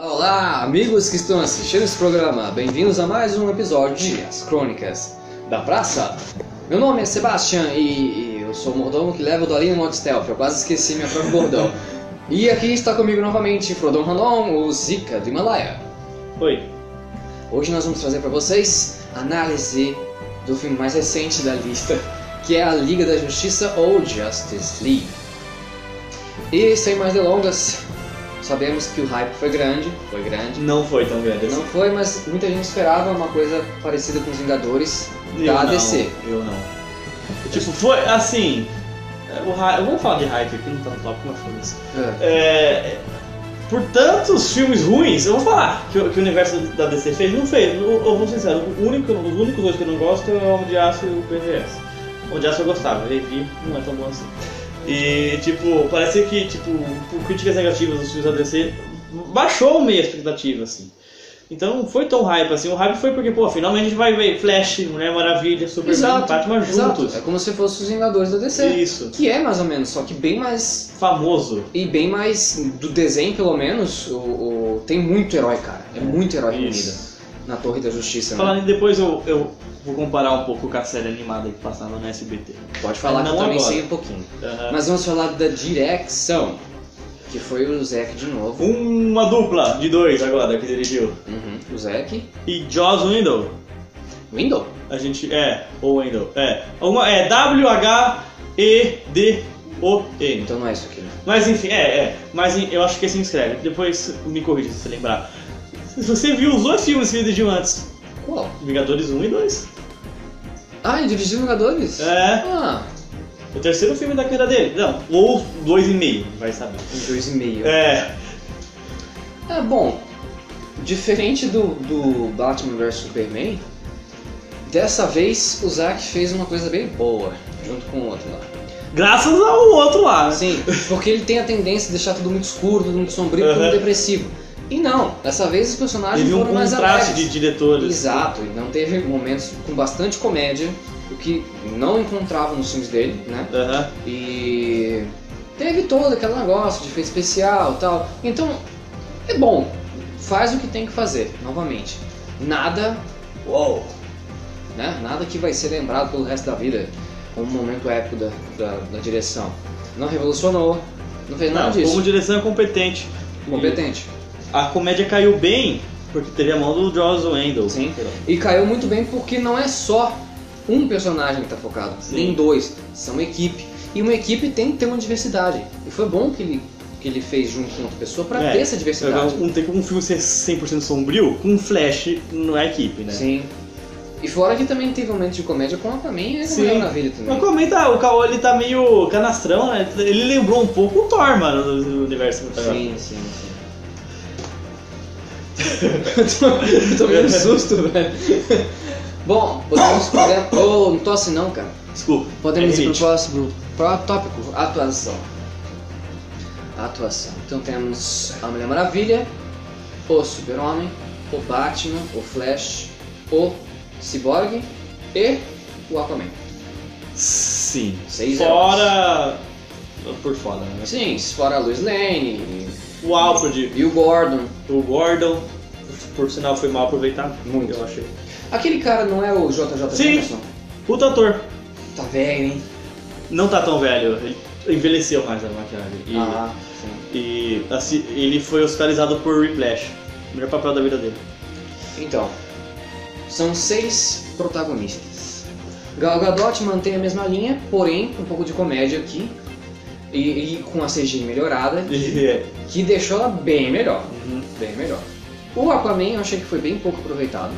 Olá, amigos que estão assistindo esse programa. Bem-vindos a mais um episódio de As Crônicas da Praça. Meu nome é Sebastian e, e eu sou o mordomo que leva o Dolinho no modo stealth. Eu quase esqueci meu próprio bordão. E aqui está comigo novamente Frodon Randon, o Zika do Himalaia. Oi. Hoje nós vamos trazer para vocês a análise do filme mais recente da lista, que é a Liga da Justiça ou Justice League. E sem mais delongas, sabemos que o hype foi grande, foi grande. Não foi tão grande assim. Não foi, mas muita gente esperava uma coisa parecida com os Vingadores Eu da não, ADC. Eu não. Tipo, foi assim. O hype, vamos falar de hype aqui, não tá no tópico, mas foda-se. É, por tantos filmes ruins, eu vou falar que, o- que o universo da DC fez, não fez. Eu, eu vou ser sincero, o único, os únicos dois que eu não gosto é o Homem de Aço e o BVS. O Homem de Aço eu gostava, revi, não é tão bom assim. E, tipo, parece que, tipo, por críticas negativas dos filmes da DC, baixou meio a expectativa, assim. Então não foi tão hype assim. O hype foi porque, pô, finalmente a gente vai ver Flash, Mulher Maravilha, Superman, Exato, Batman Exato, juntos. é como se fossem os Vingadores da DC. Isso. Que é mais ou menos, só que bem mais. Famoso. E bem mais. Do desenho, pelo menos, o, o- tem muito herói, cara. É muito herói reunido Isso. na Torre da Justiça. Né? Falando em depois, eu, eu vou comparar um pouco com a série animada que passava no SBT. Pode falar É, Não que eu também agora. sei um pouquinho. Mas vamos falar da direção, que foi o Zack de novo. Uma dupla de dois agora que dirigiu. Uhum, O Zack. E Joss Window. Window? A gente. É, ou Window. É. Uma, é W-H-E-D-O-N. Então não é isso aqui, né? Mas enfim, é, é. Mas em- eu acho que assim escreve. Depois me corrija se você lembrar. Se Você viu os dois filmes que ele dirigiu antes: Qual? Vingadores 1 e 2. Ah, ele dirigiu Vingadores? É. Ah, O terceiro filme da carreira dele. Não, ou dois e meio, vai saber. em dois um e meio. É. É bom, diferente do, do Batman vs Superman, dessa vez o Zack fez uma coisa bem boa, junto com o outro lá. Graças ao outro lá. né? Assim, porque ele tem a tendência de deixar tudo muito escuro, tudo muito sombrio, tudo Aham. depressivo. E não, dessa vez os personagens Teve um foram mais contraste alegres. de diretores. Exato, e não teve momentos com bastante comédia, o que não encontrava nos filmes dele, né? Aham. E teve todo aquele negócio de efeito especial e tal. Então, é bom. Faz o que tem que fazer, novamente. Nada, Uou. né? Nada que vai ser lembrado pelo resto da vida como um momento épico da, da, da direção. Não revolucionou, não fez nada Não, disso. como direção é competente. Competente. A comédia caiu bem porque teve a mão do Joss Wendell. Sim. E caiu muito bem porque não é só um personagem que tá focado, Sim. nem dois, são equipe. E uma equipe tem que ter uma diversidade. E foi bom que ele, que ele fez junto com outra pessoa pra É, ter essa Agora, diversidade. Não tem como um filme ser 100% sombrio com um flash na equipe, né? Sim. E fora que também teve um momento de comédia com a Aquaman e Sim. Sim. na vida Mas também. comenta, o Kaol ele tá meio canastrão, né? Ele lembrou um pouco o Thor, mano, do- do universo tá cinematográfico. Sim, sim, sim. eu tô meio susto, né? velho. Bom, podemos. podemos oh, não tô assim não, cara. Desculpa. Podemos é ir pro rinite. próximo pro tópico: atuação. Atuação. Então temos a Mulher Maravilha, o Super-Homem, o Batman, o Flash, o Cyborg e o Aquaman. Sim. Seis heróis. Fora. Por fora, né? Sim, fora a Lois Lane O Alfred, e o Gordon. o Gordon, por sinal, foi mal aproveitado. Muito. Eu achei. Aquele cara não é o JJ Sim. Jameson? Puta ator. Tá velho, hein? Não tá tão velho. Ele envelheceu mais a maquiagem. E, Ah, sim. e, assim, ele foi hospitalizado por Whiplash. Melhor papel da vida dele. Então, são seis protagonistas. Gal Gadot mantém a mesma linha, porém, um pouco de comédia aqui. E, e com a CG melhorada, E, é. que deixou ela bem melhor. Uhum. Bem melhor. O Aquaman eu achei que foi bem pouco aproveitado.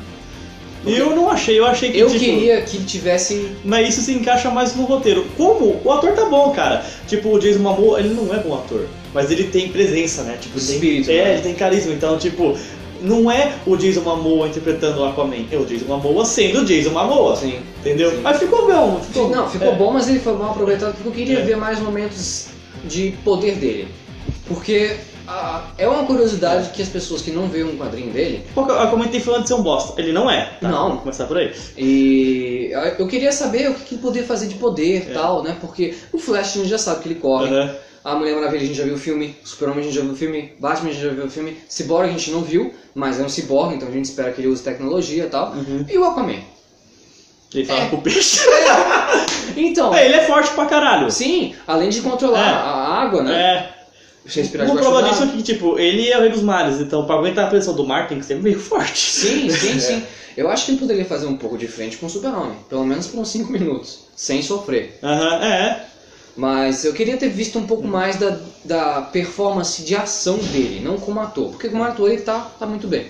E eu não achei, eu achei que Eu tipo, queria que ele tivesse. Mas isso se encaixa mais no roteiro. Como? O ator tá bom, cara. Tipo, o Jason Momoa, ele não é bom ator. Mas ele tem presença, né? Tipo, tem- Espírito, É, né? ele tem carisma. Então, tipo, não é o Jason Momoa interpretando o Aquaman. É o Jason Momoa sendo o Jason Momoa. Assim, Entendeu? Sim. Mas ficou bom. Ficou, Não, ficou é. bom, mas ele foi mal aproveitado porque eu queria É. ver mais momentos de poder dele. Porque a- É uma curiosidade que as pessoas que não veem um quadrinho dele Porque eu comentei falando de ser um bosta. Ele não é. tá? Não. Vamos começar por aí. E eu queria saber o que que ele poderia fazer de poder e É. Uhum. tal, né? Porque o Flash a gente já sabe que ele corre. Aham. A Mulher Maravilha a gente já viu o filme, o Super-Homem a gente já viu o filme, Batman a gente já viu o filme, Cyborg a gente não viu, mas é um Cyborg, então a gente espera que ele use tecnologia e tal. Uhum. E o Aquaman? Ele fala É. pro peixe. Então, É, ele é forte pra caralho. sim, além de controlar É. a água, né? É. Você respirar Uma debaixo prova d'água. disso é que, tipo, ele é o rei dos mares, então pra aguentar a pressão do mar tem que ser meio forte. Sim, sim, sim. É. Eu acho que ele poderia fazer um pouco de frente com o Super-Homem, pelo menos por uns 5 minutos, sem sofrer. Aham, é. Mas eu queria ter visto um pouco mais da, da performance de ação dele, não como ator. Porque como ator ele tá, tá muito bem.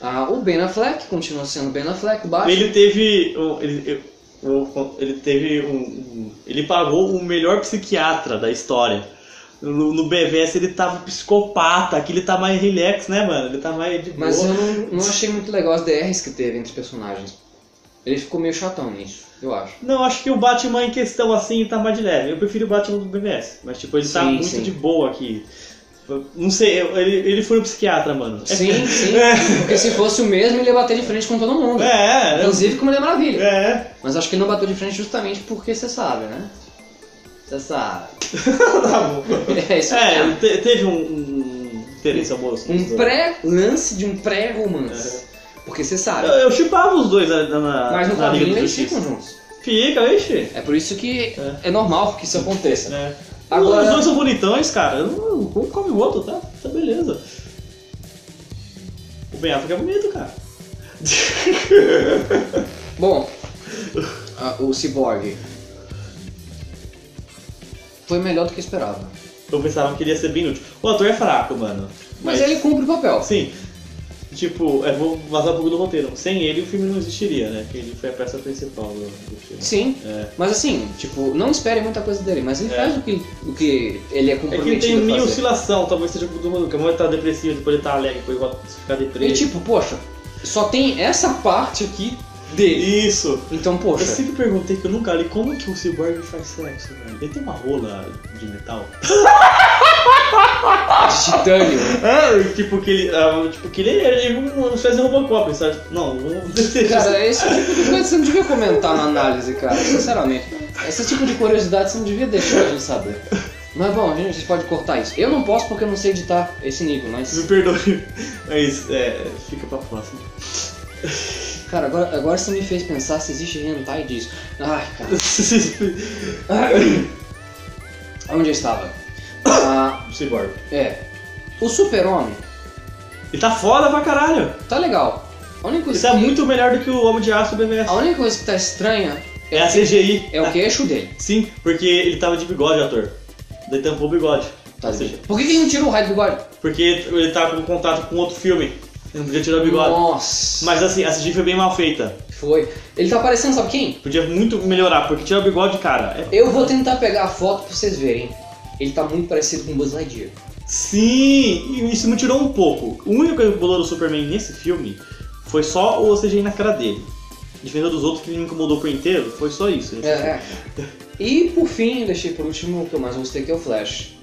Ah, o Ben Affleck continua sendo Ben Affleck, o Batman. Ele teve. um- Ele, eu- eu- ele teve um, um- Ele pagou o melhor psiquiatra da história. No, no BVS ele tava psicopata, aqui ele tá mais relax, né, mano? Ele tá mais de boa. Mas eu não, não achei muito legal as DRs que teve entre os personagens. Ele ficou meio chatão nisso, eu acho. Não, acho que o Batman em questão assim tá mais de leve. Eu prefiro o Batman do BVS, mas tipo, ele tá Sim, muito sim. de boa aqui. Não sei, eu- ele, ele foi um psiquiatra, mano. Sim, sim. Porque se fosse o mesmo, ele ia bater de frente com todo mundo. É, é. Inclusive com Mulher Maravilha. É, Mas acho que ele não bateu de frente justamente porque você sabe, né? Você sabe. tá bom. É isso É, mesmo. ele te- teve um, um interesse amoroso. nos Um dois. pré-lance de um pré-romance. Porque você sabe. Eu eu chipava os dois na, na, Mas no É. na Liga quadrinho da eles ficam Justiça. juntos. Fica, ixi. É por isso que é, normal que isso aconteça. É. Agora- Os dois são bonitões, cara. Um um come o outro, tá? Tá beleza. O Ben Affleck é bonito, cara. Bom, a- o Cyborg foi melhor do que eu esperava. Eu pensava que ele ia ser bem útil. O ator é fraco, mano. Mas ele cumpre o papel. Sim. Tipo, eu vou vazar um pouco do roteiro. Sem ele o filme não existiria, né? Porque ele foi a peça principal do, do filme. Sim. É. Mas assim, tipo, não espere muita coisa dele, mas ele É. faz o que, o que ele é É que ele comprometido tem a minha fazer. oscilação, talvez seja o do Hulk. Uma hora ele tá depressivo, depois ele tá alegre, depois ele volta a ficar E depressivo. tipo, poxa, só tem essa parte aqui dele. Isso! Então, Eu poxa, sempre perguntei que eu nunca li como é que o Cyborg faz sexo, velho. Ele tem uma rola de metal. de titânio. É, tipo que ele. ah, tipo que ele, ele não fez um Robocop, sabe? Não, vamos Cara, é esse tipo de coisa que você não devia comentar na análise, cara, sinceramente. Esse tipo de curiosidade você não devia deixar de saber. Mas bom, gente, vocês podem cortar isso. Eu não posso porque eu não sei editar esse nível, Me mas. perdoe. Mas é. Fica pra próxima. Cara, agora, agora você me fez pensar se existe hentai disso. Ai, cara. o Onde eu estava? Ah, Cyborg. é. O Super-Homem Ele tá foda pra caralho. tá legal. A única coisa, Isso é que, muito melhor do que o Homem de Aço do BVS. a única coisa que tá estranha É a CGI. é o queixo dele. Sim, porque ele tava de bigode, o ator. Daí tampou o bigode. Tá Ou seja, Por que, que ele não tirou o raio do bigode? Porque ele tava com contato com outro filme. Ele não podia tirar o bigode. Nossa. Mas assim, a CGI foi bem mal feita. Foi. Ele tá parecendo, sabe quem? Podia muito melhorar, porque tirar o bigode, cara. É... Eu vou tentar pegar a foto pra vocês verem. Ele tá muito parecido com o Buzz Lightyear. Sim! e Isso me tirou um pouco. O único que bolou do Superman nesse filme foi só o CGI na cara dele. Diferente dos outros que me incomodou por inteiro, foi só isso. É, é. E por fim, eu deixei por último o que eu mais gostei, que é o Flash.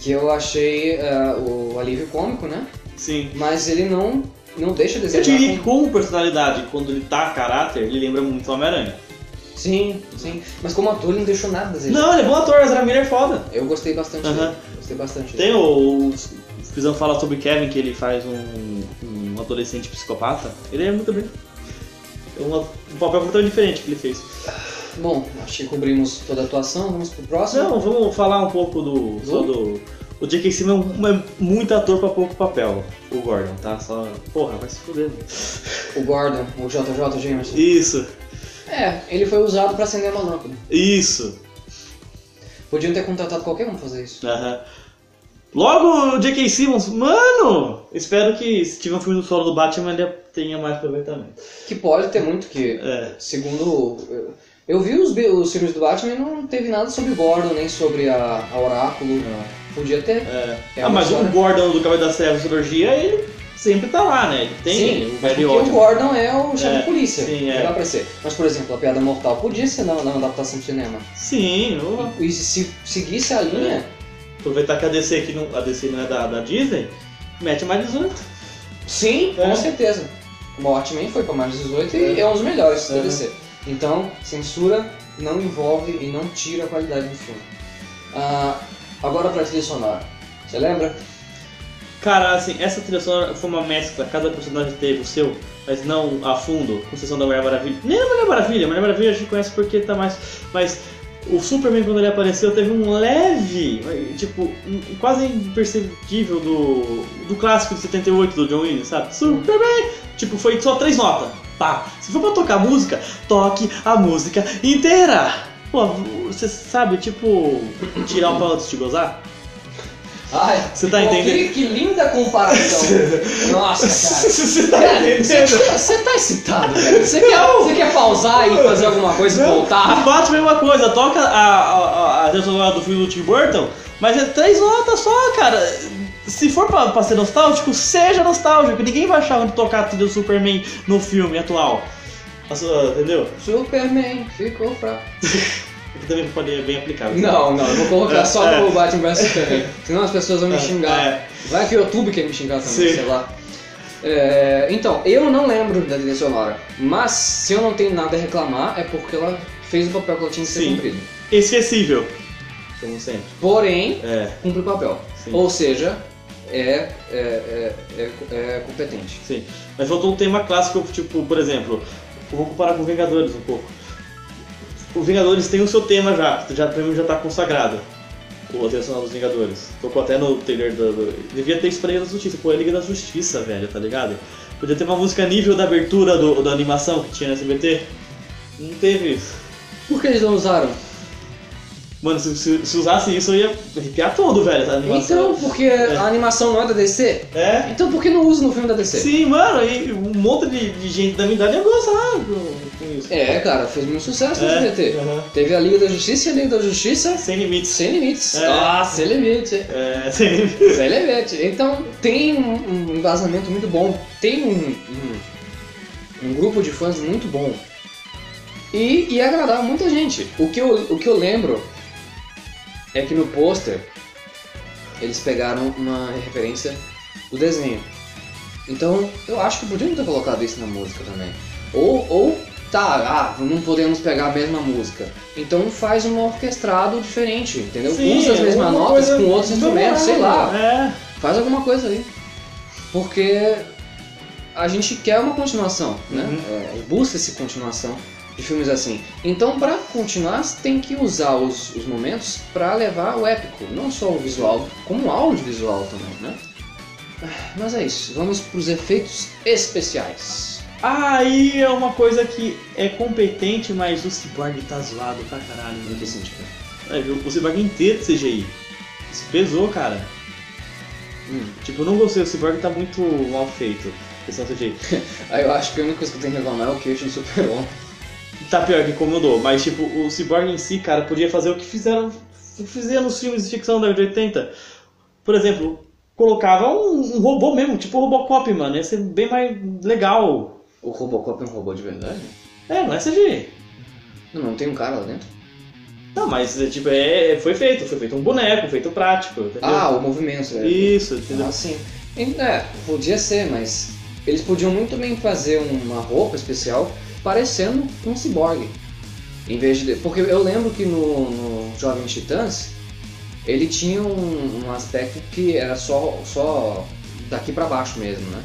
Que eu achei eh, o alívio cômico, né? Sim. Mas ele não, não deixa de Eu diria ser. que como personalidade, quando ele tá a caráter, ele lembra muito o Homem-Aranha. Sim, sim. Mas como ator, ele não deixou nada a desejar. Não, ele é bom ator, Ezra Miller é foda. Eu gostei bastante Aham. dele. Gostei bastante Tem dele. o. o Fizão fala sobre Kevin, que ele faz um, um adolescente psicopata. Ele é muito bem. É um, um papel completamente diferente que ele fez. Bom, acho que cobrimos toda a atuação. Vamos pro próximo. um- Não, vamos falar um pouco do. Só do. O J.K. Simmons é um- é muito ator pra pouco papel, o Gordon, tá? Só. Porra, vai se fuder. mano. O Gordon, o JJ Jameson. Isso, É, ele foi usado pra acender uma lâmpada. isso. Podiam ter contratado qualquer um pra fazer isso. Aham. Logo, o J.K. Simmons, mano! Espero que se tiver um filme do solo do Batman, ele tenha mais aproveitamento. Que pode ter muito que. É. Segundo. eu- Eu vi os, bi- os filmes do Batman e não teve nada sobre Gordon, nem sobre a, a Oráculo. Podia ter. É. É ah, uma mas história. o Gordon do Cabelo da Serva Cirurgia, ele sempre tá lá, né? Ele tem Sim, o mas porque velho o ódio. Gordon é o chefe É, da polícia. sim, é. Dá pra ser. Mas, por exemplo, a Piada Mortal podia ser na, na adaptação do cinema. Sim, o- E se, se seguisse a linha, Aproveitar que a DC aqui não, a DC não é da, da Disney, mete mais 18. Sim, É. com certeza. O Watchmen foi para mais 18 e é um dos melhores da Uhum. DC. Então, censura não envolve e não tira a qualidade do filme. Ah, agora pra trilha sonora. Você lembra? Cara, assim, essa trilha sonora foi uma mescla, cada personagem teve o seu, mas não a fundo, com exceção da Mulher Maravilha. Nem a Mulher Maravilha, a Mulher Maravilha a gente conhece porque tá mais. Mas o Superman, quando ele apareceu, teve um leve, tipo, um- quase imperceptível do, do clássico de 78 do John Williams, sabe? Superman! Tipo, foi só três notas. Pá! Se for pra tocar música, toque a música inteira! Pô, você sabe, tipo, tirar o pau antes de gozar? Ai, Você tá pô, entendendo? Que, que linda comparação. Nossa, Você tá cara. Cara, entendendo? Você você tá excitado, velho. Você quer, Não. você quer pausar e fazer alguma coisa e Não, voltar? O Batman é uma coisa, toca a, a, a, a trilha sonora do filme do Tim Burton, mas é três notas só, cara. Se for pra, pra ser nostálgico, seja nostálgico. Ninguém vai achar onde tocar a trilha do Superman no filme atual. A sua- Entendeu? Superman ficou fraco. Que também pode bem aplicável. Não, não, eu vou colocar só É. no Batman vs Superman. Senão as pessoas vão me É, xingar. é. Vai que o YouTube quer me xingar também, Sim. sei lá. É, então, eu não lembro da trilha sonora, mas se eu não tenho nada a reclamar é porque ela fez o papel que ela tinha que ser Sim. cumprido. Esquecível. Como sempre. Porém, É, cumpre o papel. Sim. Ou seja, é, é, é, é, é competente. sim. Mas faltou um tema clássico, tipo, por exemplo, eu vou comparar com Vingadores um pouco. O Vingadores tem o seu tema já, que já, pra mim já tá consagrado. O trilha sonora dos Vingadores. Tocou até no trailer do. do- Devia ter isso pra Liga da Justiça. Pô, é Liga da Justiça, velho, tá ligado? Podia ter uma música nível da abertura do, da animação que tinha na SBT. Não teve isso. Por que eles não usaram? Mano, se, se- se usasse isso eu ia arrepiar todo, velho, essa animação. Então, porque a animação não é da DC? É? Então por que não usa no filme da DC? Sim, mano, e um monte de, de gente da minha idade ia gozar com, com isso. É, cara, fez muito sucesso no É, SBT. aham. Teve a Liga da Justiça e a Liga da Justiça Sem limites. sem limites. É. Ah, sem limite. É, sem limites. Sem limite. Então tem um, um embasamento muito bom. Tem um, um, um grupo de fãs muito bom. E, e agradava muita gente. O que, eu, o que eu lembro é que no pôster eles pegaram uma referência do desenho. Então eu acho que podiam ter colocado isso na música também. Ou, ou tá, ah, não podemos pegar a mesma música. Então faz um orquestrado diferente, entendeu? Sim, Usa as mesmas alguma notas coisa com outros instrumentos, sei lá. É. Faz alguma coisa aí. Porque a gente quer uma continuação, né? É, Busca-se continuação de filmes assim. Então, pra continuar, você tem que usar os, os momentos pra levar o épico. Não só o visual, como o audiovisual também, né? Ah, Mas é isso. Vamos pros efeitos especiais. Aí é uma coisa que é competente, mas o Cyborg tá zoado pra caralho. Em mano. que sentido? É, viu? O Cyborg inteiro de CGI. Isso pesou, cara. Hum. Tipo, eu não gostei, o Cyborg tá muito mal feito. Questão CGI. Aí Ah, eu acho que a única coisa que eu tenho que reclamar é o queixo do Super-Homem. Tá pior que incomodou, mas tipo, o Cyborg em si, cara, podia fazer o que fizeram, fizeram nos filmes de ficção da década de 80. Por exemplo, colocava um, um robô mesmo, tipo o Robocop, mano. Ia ser bem mais legal. O Robocop é um robô de verdade? É, não é CGI. Não, não tem um cara lá dentro. Não, mas é, tipo, é, foi feito, foi feito um boneco, feito prático, entendeu? Ah, o movimento. né? Isso, entendeu? Assim, é, podia ser, mas eles podiam muito bem fazer uma roupa especial parecendo um ciborgue. Em vez de. Porque eu lembro que no, no Jovem Titãs ele tinha um, um aspecto que era só, só daqui pra baixo mesmo, né?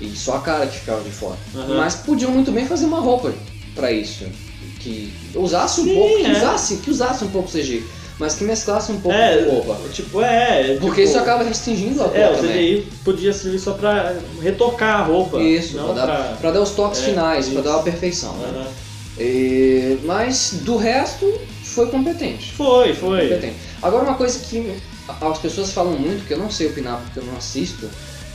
E só a cara que ficava de fora. Aham. Mas podiam muito bem fazer uma roupa pra isso. Que usasse um Sim, pouco, que é. usasse, que usasse um pouco CG, mas que mesclasse um pouco É, de roupa. Tipo, é. é, Porque tipo, isso acaba restringindo a roupa É, o também. CGI podia servir só pra retocar a roupa. Isso, não pra dar, pra. pra dar os toques é, finais, pra isso. dar a perfeição. Né? Aham. E- mas do resto, foi competente. Foi, foi. competente. Agora, uma coisa que a- as pessoas falam muito, que eu não sei opinar porque eu não assisto,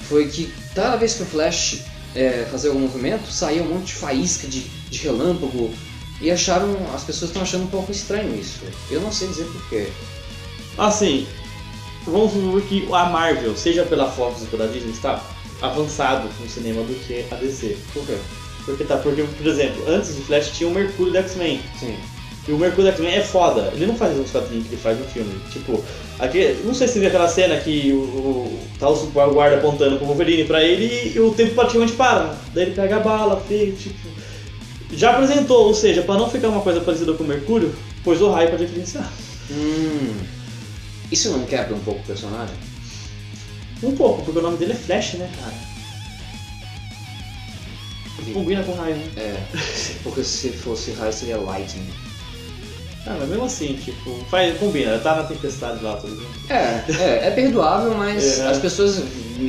foi que cada vez que o Flash é, fazia algum movimento, saía um monte de faísca, de, de relâmpago. E acharam, as pessoas estão achando um pouco estranho isso. Eu não sei dizer porquê. Assim, vamos supor que a Marvel, seja pela Fox ou pela Disney, está avançado no cinema do que a DC. Por quê? Porque tá, porque, por exemplo, antes do Flash tinha o Mercúrio do X-Men. Sim. E o Mercúrio X-Men é foda. Ele não faz os quadrinhos que ele faz no filme. Tipo, aqui, não sei se vê aquela cena que o, o tá o guarda apontando pro Wolverine pra ele e o tempo praticamente para. Daí ele pega a bala, feio, tipo. Já apresentou, ou seja, pra não ficar uma coisa parecida com o Mercúrio, pôs o raio pra diferenciar. Hum. Isso não quebra um pouco o personagem? Um pouco, porque o nome dele é Flash, né, cara? Combina com raio, né? É, porque se fosse raio seria lightning. Ah, mas mesmo assim, tipo, faz, combina, tá na tempestade lá, tudo bem. É, é, é perdoável, mas É. as pessoas.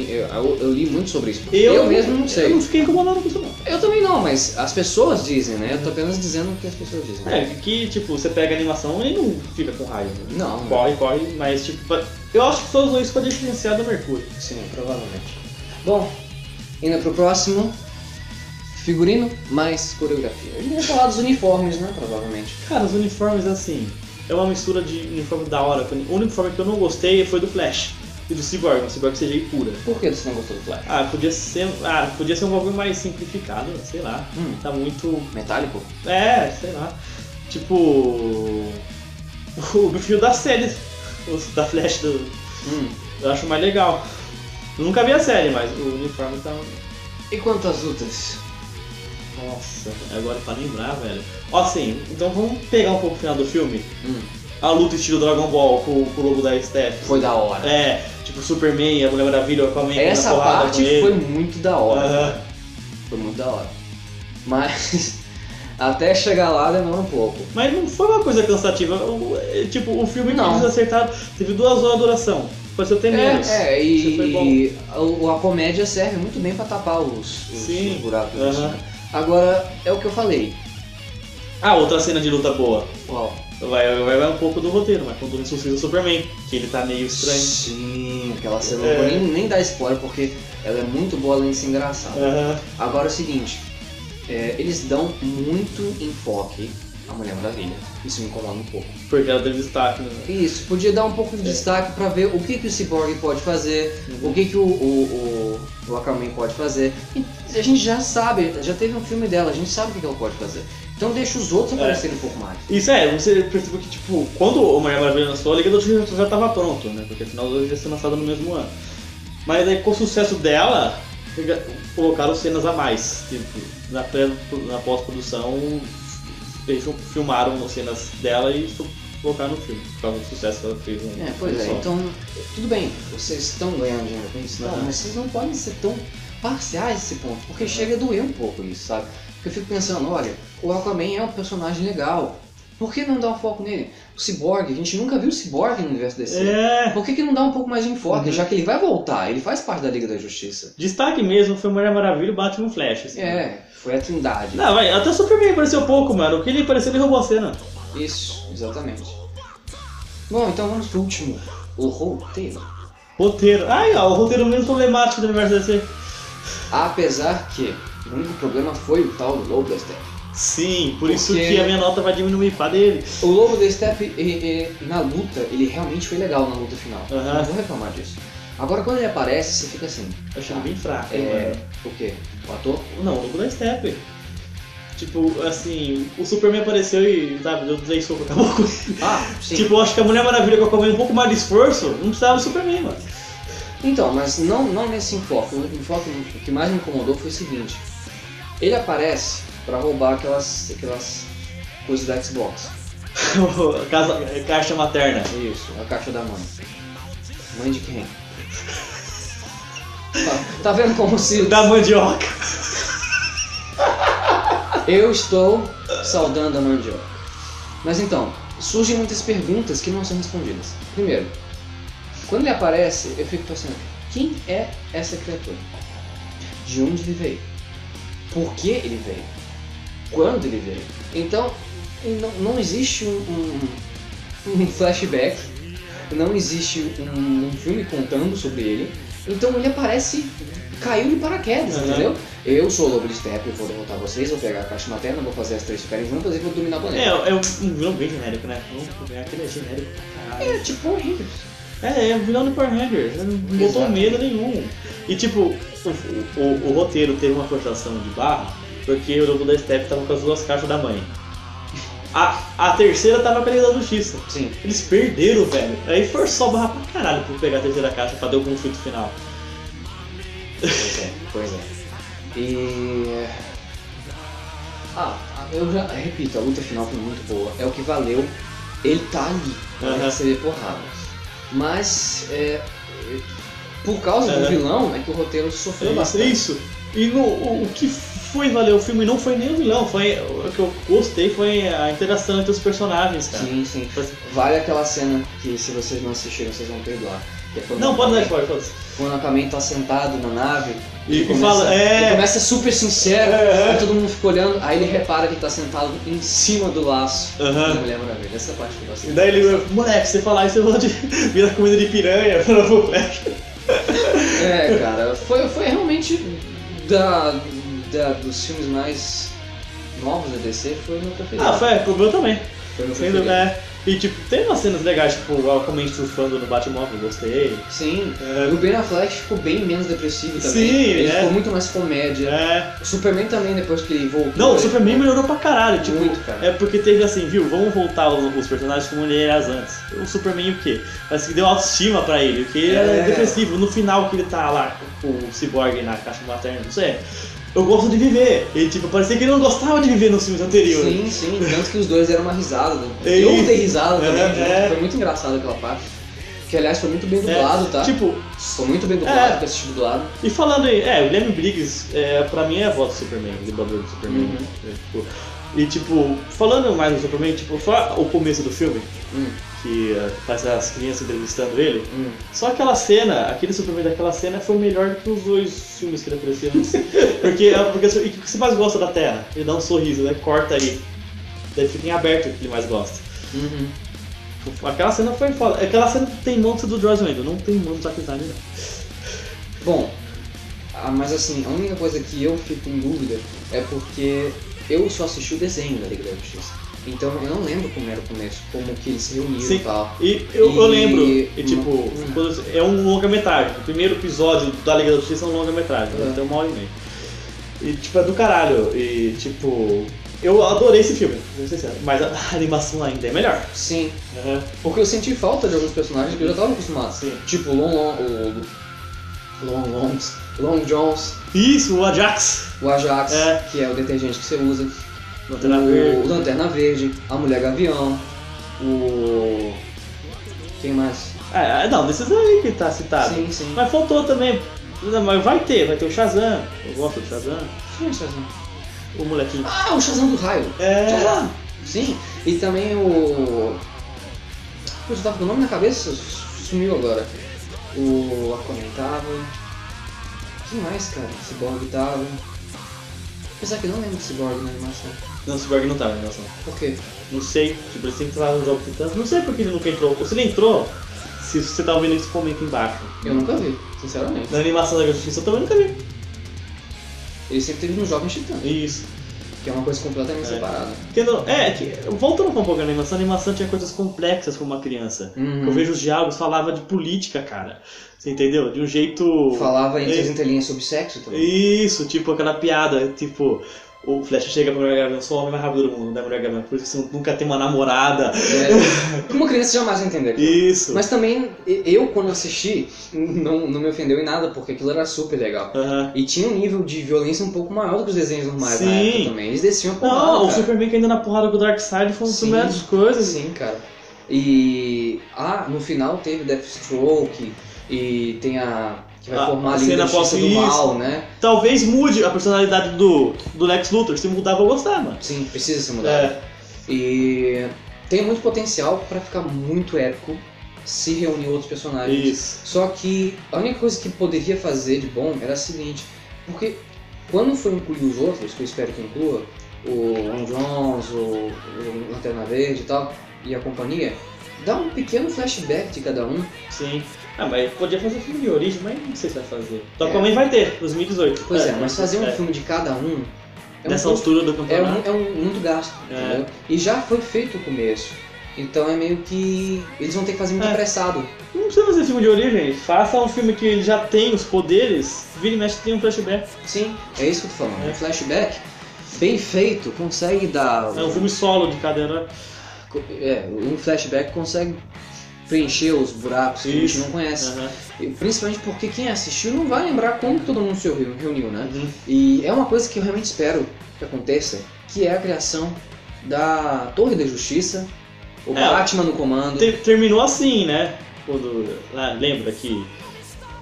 Eu, eu li muito sobre isso. mesmo não sei. Eu Eu, não fiquei incomodado com isso, não. também não, mas as pessoas dizem, né? Eu tô apenas dizendo o que as pessoas dizem. É, que tipo, você pega a animação e não fica com raio. né? Não, Corre, corre, mas tipo, pra- eu acho que só usou isso pra diferenciar do Mercúrio. Sim, provavelmente. Bom, indo pro próximo. Figurino mais coreografia. A gente vai falar dos uniformes, né? Provavelmente. Cara, os uniformes assim, é uma mistura de uniforme da hora. O uniforme que eu não gostei foi do Flash e do Cyborg, um Cyborg CGI pura. Por que você não gostou do Flash? Ah, podia ser. Ah, podia ser um bagulho mais simplificado, sei lá. Hum. Tá muito. Metálico? É, sei lá. Tipo. O perfil da série. os- Da Flash do, Hum. Eu acho mais legal. Eu nunca vi a série, mas o uniforme tá. E quanto às lutas? Nossa, agora pra lembrar, velho. Ó, assim, então vamos pegar um pouco o final do filme. Hum. A luta estilo Dragon Ball com, com o lobo da Steph. Foi da hora. É, tipo Superman, e a Mulher Maravilha, o Aquaman Essa dando porrada com parte ele. foi muito da hora. Aham. Foi muito da hora. Mas até chegar lá demora um pouco. Mas não foi uma coisa cansativa. O- é, tipo, o filme Não. que eles acertaram teve duas horas de duração. Pareceu até menos. É, é, Isso foi bom. e, e a, a comédia serve muito bem pra tapar os, os Sim. buracos. Aham. né? Agora, é o que eu falei. Ah, outra cena de luta boa. Qual? Vai, vai, vai um pouco do roteiro, mas quando ele surfia o Superman, que ele tá meio estranho. Sim, aquela cena É. não vou nem, nem dar spoiler porque ela é muito boa além de ser engraçada. Aham. Agora é o seguinte, é, eles dão muito enfoque à Mulher Maravilha. Isso me incomoda um pouco. Porque ela teve destaque, né? Isso, podia dar um pouco de destaque pra ver o que, que o Cyborg pode fazer, Uhum. o que, que o, o, o, o Aquaman pode fazer. E a gente já sabe, já teve um filme dela, a gente sabe o que, que ela pode fazer. Então deixa os outros É. aparecerem um pouco mais. Isso é, você percebeu que, tipo, quando o Mulher Maravilha lançou, a Liga da Justiça já tava pronto, né? Porque afinal ela ia ser lançada no mesmo ano. Mas aí, com o sucesso dela, pega- colocaram cenas a mais. Tipo, na, pré- na pós-produção, eles filmaram cenas dela e isso colocaram no filme. Por causa do sucesso que ela fez. no- É, pois é, só. então, tudo bem, vocês estão ganhando dinheiro com isso, não, Aham. mas vocês não podem ser tão parciais nesse ponto, porque chega a doer um pouco isso, sabe? Porque eu fico pensando, olha, o Aquaman é um personagem legal, por que não dar um foco nele? O Cyborg, a gente nunca viu o Cyborg no universo DC. É. Por que, que não dá um pouco mais de enfoque, Uhum. já que ele vai voltar, ele faz parte da Liga da Justiça. Destaque mesmo foi Mulher Maravilha e Batman Flash. Assim. É, foi a Trindade. Não, vai, até o Superman apareceu pouco, mano. O que ele apareceu, ele roubou a cena. Isso, exatamente. Bom, então vamos pro último, o roteiro. Roteiro. Ai, ó, o roteiro menos problemático do universo DC. Apesar que o único problema foi o tal do Lobo da Steppe. Sim, por isso Porque- que a minha nota vai diminuir pra dele. O Lobo da Steppe, e- e- na luta, ele realmente foi legal na luta final. Aham. Não vou reclamar disso. Agora, quando ele aparece, você fica assim. Eu achei ele bem fraco. É, mano. o quê? O ator? Não, o lobo da Step. Tipo, assim, o Superman apareceu e, sabe, deu três socos, acabou com ele. Ah, sim. Tipo, eu acho que a Mulher Maravilha com a Aquaman um pouco mais de esforço, não precisava do Superman, mano. Então, mas não, não nesse enfoque. O enfoque que mais me incomodou foi o seguinte: ele aparece pra roubar aquelas, aquelas coisas da Xbox. É Casa, caixa materna. Isso, a caixa da mãe. Mãe de quem? Tá, tá vendo como se. Da mandioca. Eu estou saudando a mandioca. Mas então, surgem muitas perguntas que não são respondidas. Primeiro, quando ele aparece, eu fico pensando: quem é essa criatura? De onde ele veio? Por que ele veio? Quando ele veio? Então, não, não existe um, um- um flashback, não existe um, um filme contando sobre ele. Então ele aparece, caiu de paraquedas, Uhum. entendeu? Eu sou o Lobo de Steppe, eu vou derrotar vocês, vou pegar a caixa materna, vou fazer as três ficarem juntas e vou dominar o É, planeta. é um um vilão bem genérico, né? Um vilão- Aquele é genérico pra caralho. É, tipo horrível. É, é o vilão do Power Rangers, não botou Exato. medo nenhum. E tipo, o, o- o roteiro teve uma forçação de barra, porque o lobo da Step tava com as duas caixas da mãe. A, a terceira tava pra Liga da Justiça. Sim. Eles perderam, velho. Aí forçou a barra pra caralho pra pegar a terceira caixa pra dar o conflito final. Pois é, pois é. E. é. Ah, eu já repito, a luta final foi muito boa. É o que valeu. Ele tá ali pra Aham. receber porrada. Mas, é, por causa do Aham. vilão, é que o roteiro sofreu É bastante. isso. E no, o, o que foi valer o filme não foi nem o vilão, foi o que eu gostei foi a interação entre os personagens, cara. Sim, sim. Vale aquela cena que, se vocês não assistiram, vocês vão perdoar. Que é quando Não, o pode dar Aquaman- spoiler, foda-se. Quando o Aquaman tá sentado na nave E ele que fala, é. ele começa super sincero, É, é. aí todo mundo fica olhando, aí ele repara que tá sentado em cima do laço da Aham. Mulher Maravilha. né, Essa parte que eu gosto. E daí ele, moleque, você falar isso, eu vou de... virar comida de piranha pra moleque. É, cara, foi, foi realmente da, da- dos filmes mais novos da DC, foi o meu preferido. Ah, foi, o meu também. Foi o meu Sendo, preferido. é. E tipo, tem umas cenas legais, tipo, o Aquaman surfando no Batmóvel, gostei. Sim. É. O Ben Affleck ficou bem menos depressivo também. Sim, ele é. ficou muito mais comédia. É. O Superman também, depois que ele voltou. Não, o ele Superman melhorou pra caralho, tipo. Muito, cara. É porque teve assim, viu? Vamos voltar os, os personagens como ele era antes. O Superman o quê? Parece que deu autoestima pra ele, porque ele É. era depressivo. No final que ele tá lá com o Cyborg na caixa materna, não sei. Eu gosto de viver. E tipo, parecia que ele não gostava de viver nos filmes anteriores. Sim, sim, tanto que os dois eram uma risada. né? É Eu isso. dei risada também, É, junto. é. foi muito engraçado aquela parte. Que aliás foi muito bem É, dublado, tá? Tipo, Foi muito bem dublado, É. porque eu assisti dublado. e falando aí, é, o Guilherme Briggs, é, pra mim é a voz do Superman, o dublador do Superman. Uhum. É, tipo, e tipo, falando mais do Superman, tipo, só o começo do filme, Hum, que é, faz as crianças entrevistando ele. hum. Só aquela cena, aquele Superman daquela cena foi melhor que os dois filmes que ele apareceu antes. porque, é, porque e o que você mais gosta da Terra? Ele dá um sorriso, né? Corta aí. Daí fica em aberto o que ele mais gosta. Tipo, Uhum. Aquela cena foi foda. Aquela cena tem monte do Dross ainda, não tem monte do Zack Snyder, não. Bom, ah, mas assim, a única coisa que eu fico em dúvida é porque eu só assisti o desenho da Liga da Justiça. Então eu não lembro como era o começo, como que eles se reuniram Sim. e tal. E eu, eu E- lembro, e tipo, Hum. quando- é um longa-metragem. O primeiro episódio da Liga da Justiça é um longa-metragem, É. é. tem uma hora e meia. E tipo, é do caralho. E tipo, eu adorei esse filme, vou ser sincero, mas a, a animação ainda é melhor. Sim, Aham. porque eu senti falta de alguns personagens que eu já tava acostumado. Sim. Tipo Long Long. O, Long Longs. Long Jones, Isso, o Ajax, o Ajax, É. que é o detergente que você usa. Lanterna o Verde. Lanterna Verde, a Mulher Gavião, o. Quem mais? É, é, não, desses aí que tá citado. Sim, sim. Mas faltou também, não, mas vai ter, vai ter o Shazam. Eu gosto do Shazam. Quem é o Shazam? O molequinho. Ah, o Shazam do Raio! É. Shazam! Sim, e também o. Putz, eu tava com o nome na cabeça, sumiu agora. O Aquaman tava. Quem mais, cara? Cyborg tava. Apesar que eu não lembro de Cyborg na animação. Não, o Cyborg não tá na animação. Por quê? Não sei, tipo, ele sempre tava no jogo titãs. Não sei porque ele nunca entrou. Ou se ele entrou, se você tá ouvindo isso, comenta embaixo. Eu nunca vi, sinceramente. Na animação da Justiça eu também nunca vi. Ele sempre teve no Jovem Titã, Isso. que é uma coisa completamente É. separada. Porque não- é, que, voltando um pouco à animação, a animação tinha coisas complexas pra uma criança. Uhum. Eu vejo os diálogos, falava de política, cara. Você entendeu? De um jeito. Falava entre as É. entrelinhas sobre sexo também. Isso, tipo aquela piada, tipo. O Flash chega pra Mulher Gavião, sou o homem mais rápido do mundo, da Mulher Gavião, por isso que você nunca tem uma namorada. É, como criança jamais vai entender. Isso. Mas também, e- eu quando assisti, não, não me ofendeu em nada, porque aquilo era super legal. Aham. E tinha um nível de violência um pouco maior do que os desenhos normais na Sim. época também. Eles desciam a porrada, Não, o cara. Superman que ainda na porrada com o Darkseid foi um dos Sim. primeiras coisas. Sim, cara. E... Ah, no final teve Deathstroke e tem a... Que vai A- formar a a Liga da cena Justiça do pós- Mal, né? Talvez mude a personalidade do, do Lex Luthor. Se mudar, eu vou gostar, mano. Sim, precisa ser mudado. É, E... Tem muito potencial pra ficar muito épico se reunir outros personagens. isso. Só que a única coisa que poderia fazer de bom era a seguinte, porque quando for incluir os outros, que eu espero que inclua, o Ron Jones, o, o Lanterna Verde e tal, e a companhia, dá um pequeno flashback de cada um. Sim. Ah, mas podia fazer filme de origem, mas não sei se vai fazer. É. Então, também vai ter, 2018. Pois é, mas fazer um é. filme de cada um é um, Nessa pouco- altura do é campeonato. um, é um muito gasto, É. entendeu? E já foi feito o começo. Então é meio que. Eles vão ter que fazer muito É. apressado. Não precisa fazer filme de origem. Faça um filme que ele já tem os poderes. Vira e mexe, tem um flashback. Sim, é isso que eu tô falando. É. Um flashback bem feito, consegue dar. É um filme solo de cada herói. É, um flashback consegue preencher os buracos que a gente Isso. É. não conhece. Aham. E principalmente porque quem assistiu não vai lembrar como todo mundo se reuniu, reuniu, né? Uhum. E é uma coisa que eu realmente espero que aconteça, que é a criação da Torre da Justiça, o É, Batman no comando. Te- terminou assim, né? Quando, lá, lembra que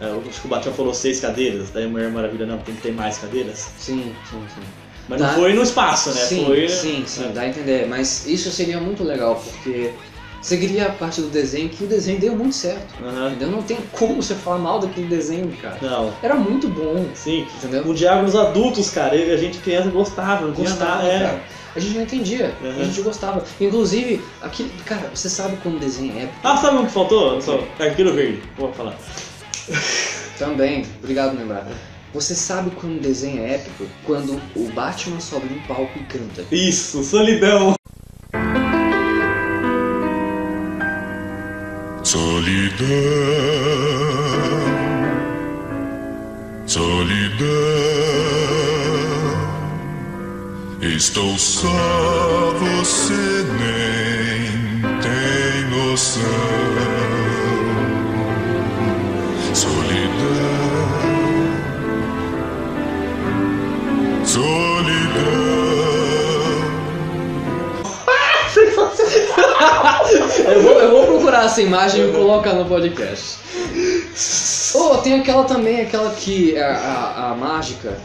é, eu acho que o Batman falou seis cadeiras, daí a Mulher Maravilha não tem que ter mais cadeiras. Sim, sim, sim. Mas Tá. não foi no espaço, né? Sim, foi. sim, sim, é. dá a entender. Mas isso seria muito legal, porque seguiria a parte do desenho, que o desenho deu muito certo. Aham. Entendeu? Não tem como você falar mal daquele desenho, cara. Não. Era muito bom, Sim. entendeu? O Diabo nos adultos, cara, ele- a gente criança gostava, não gostava, Gostava, é. cara. A gente não entendia, Uhum. a gente gostava. Inclusive, aquele. Cara, você sabe como o desenho é Ah, sabe o que faltou? Só, Arqueiro Verde, vou falar. Também, obrigado por lembrar. Você sabe quando o desenho é épico? Quando o Batman sobe num palco e canta. Isso, solidão. Solidão, solidão. Estou só, você nem tem noção. Solidão, solidão. Eu vou, eu vou procurar essa imagem e colocar no podcast. Oh, tem aquela também, aquela que é a, a, a mágica.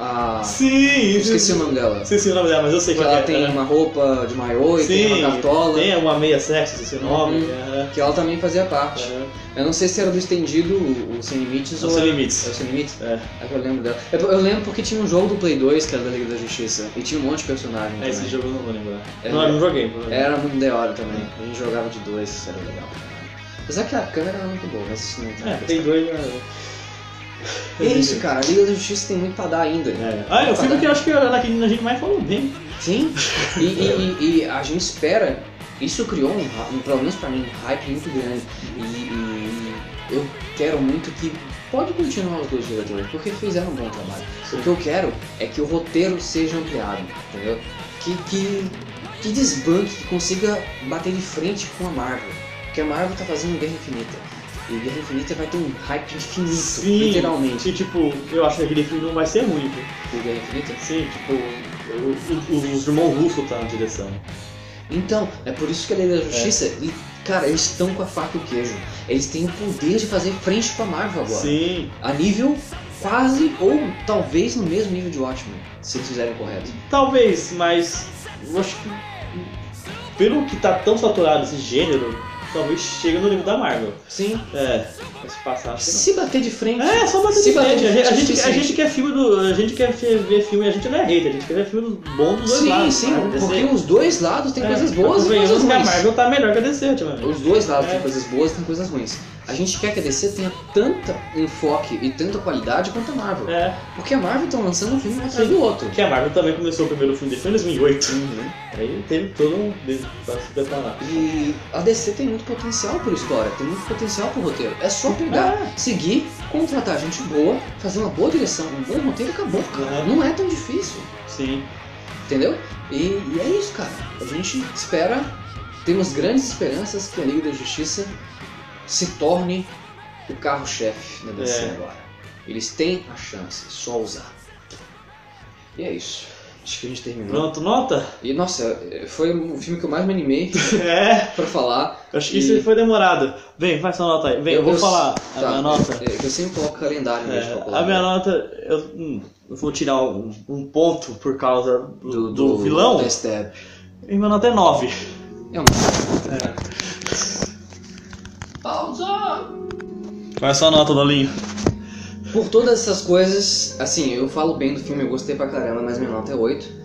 A. Sim, Eu isso. esqueci o nome dela. Esqueci o nome dela, mas eu sei Que que ela é. tem né? uma roupa de maiô e tem Sim, uma cartola. Tem uma meia sexo, esqueci o nome. é, Uhum. aham, Que ela também fazia parte. aham. Eu não sei se era do estendido, o, o Sem Limites É. Não ou. sei É o limites. Sem Limites? É. É que eu lembro dela. Eu, eu lembro porque tinha um jogo do Play 2 que era da Liga da Justiça. E tinha um monte de personagem. É, esse também. jogo eu não vou lembrar. É, não, eu não joguei. Era muito da hora também. A gente jogava de dois, isso era legal. Apesar que a câmera era muito boa, mas isso não É, interessa. tem dois. né? E é isso, cara. A Liga da Justiça tem muito pra dar ainda. né? É. Ah, é o filme que eu acho que a Anakin a gente mais falou bem. Sim. E, e- e- e a gente espera. Isso criou, um, ra- um, pelo menos pra mim, um hype muito grande. E, e- e eu quero muito que. Pode continuar os dois diretores, porque fizeram um bom trabalho. O que eu quero é que o roteiro seja ampliado, entendeu? Que, que, que desbanque, que consiga bater de frente com a Marvel. Porque a Marvel tá fazendo Guerra Infinita. E Guerra Infinita vai ter um hype infinito, Sim. literalmente. E tipo, eu acho que aquele filme não vai ser ruim. viu? O Guerra Infinita. Sim, tipo, o- o- o- os irmãos Russo tá na direção. Então, é por isso que a Lei da Justiça, e, cara, eles estão com a faca e o queijo. Eles têm o poder de fazer frente com a Marvel agora. Sim. A nível quase, ou talvez no mesmo nível de Watchmen, se eles fizerem o correto. Talvez, mas eu acho que pelo que tá tão saturado esse gênero, talvez chegue no nível da Marvel. Sim, É, se passar, acho que não. se bater de frente. É, só bater Se de bater frente. de A gente, a, frente é gente, a suficiente. gente quer filme do. A gente quer fe- ver filme, a gente não é hater, a gente quer ver filme bom dos dois sim, lados. sim, cara. porque DC. os dois lados têm É, coisas boas e convenhamos coisas que a ruins. Marvel tá melhor que a DC ultimamente. Os dois lados tipo, É. têm coisas boas e têm coisas ruins. A gente quer que a DC tenha tanta enfoque e tanta qualidade quanto a Marvel. É, Porque a Marvel tá lançando um filme um atrás Sim. do Uhum. outro. porque a Marvel também começou o primeiro filme dele foi em 2008. Aí teve todo um. de- pra se preparar. E a DC tem muito potencial por história, tem muito potencial por roteiro. É só pegar, seguir, contratar gente boa, fazer uma boa direção, um bom roteiro e acabou, cara. É. Não é tão difícil, Sim. Hum. entendeu? E, e é isso, cara. A gente espera, temos grandes esperanças que a Liga da Justiça se torne o carro-chefe da DC É. agora. Eles têm a chance, é só usar. E é isso. Acho que a gente terminou. Pronto, nota? E nossa, foi o filme que eu mais me animei É, pra falar. eu acho que E- isso foi demorado. Vem, faz sua nota aí. Vem, eu vou falar a tá, minha nota. é que eu sempre coloco calendário né? em vez de É, calcular. a minha nota, eu, hum, eu vou tirar um, um ponto por causa do, do, do vilão, Da Step. e minha nota é 9. É um. Pausa! Qual é a sua nota, Dolinho? Por todas essas coisas, assim, eu falo bem do filme, eu gostei pra caramba, mas minha nota é 8.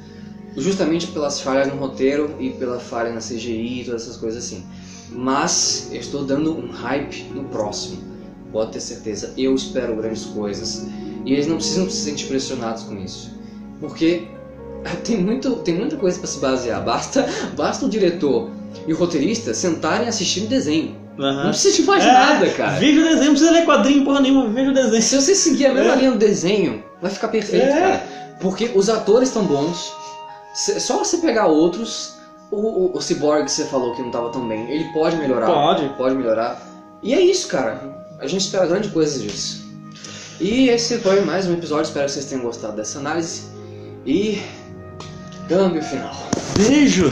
Justamente pelas falhas no roteiro e pela falha na CGI e todas essas coisas assim. Mas eu estou dando um hype no próximo. Pode ter certeza, eu espero grandes coisas. E eles não precisam se sentir pressionados com isso. Porque tem, muito, tem muita coisa para se basear. Basta, basta o diretor e o roteirista sentarem e assistirem desenho. Não Aham. precisa de mais É, nada, cara. Veja o desenho, não precisa ler quadrinho porra nenhuma, veja o desenho. Se você seguir a mesma É. linha do desenho, Vai ficar perfeito, É. cara. Porque os atores estão bons. Se- só você pegar outros. O, o, o Cyborg que você falou que não tava tão bem, ele pode melhorar. Pode. Pode melhorar. E é isso, cara. A gente espera grande coisa disso. E esse foi mais um episódio. Espero que vocês tenham gostado dessa análise. E. Câmbio final. Beijos!